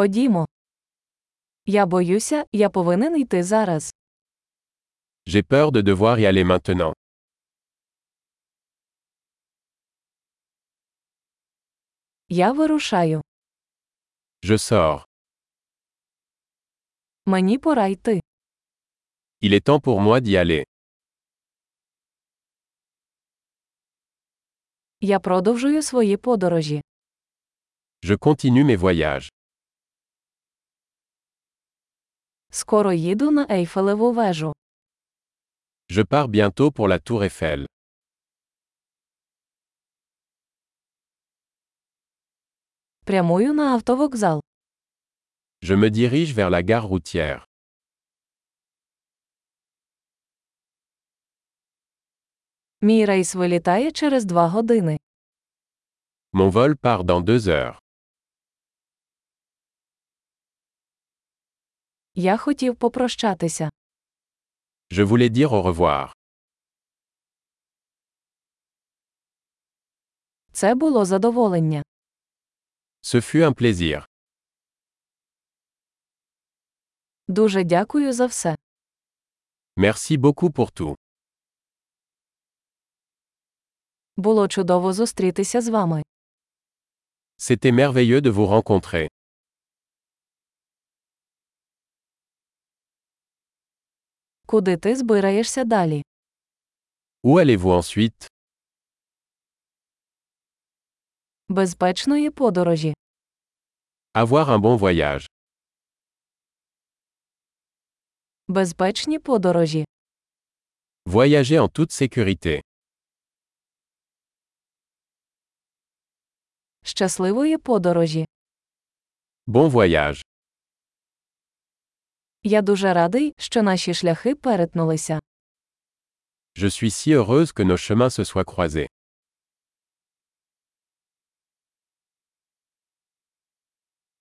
Ходімо. Я боюся, я повинен йти зараз. J'ai peur de devoir y aller maintenant. Я вирушаю. Je sors. Мені пора йти. Il est temps pour moi d'y aller. Я продовжую свої подорожі. Je continue mes voyages. Скоро їду на Ейфелеву вежу. Je pars bientôt pour la Tour Eiffel. Прямую на автовокзал. Je me dirige vers la gare routière. Мій рейс вилітає через два години. Mon vol part dans deux heures. Я хотів попрощатися. Je voulais dire au revoir. Це було задоволення. Ce fut un plaisir. Дуже дякую за все. Merci beaucoup pour tout. Було чудово зустрітися з вами. C'était merveilleux de vous rencontrer. Куди ти збираєшся далі? Où allez-vous ensuite Безпечної подорожі. Avoir un bon voyage. Безпечні подорожі. Voyager en toute sécurité. Щасливої подорожі. Bon voyage. Я дуже радий, що наші шляхи перетнулися. Je suis si heureuse que nos chemins se soient croisés.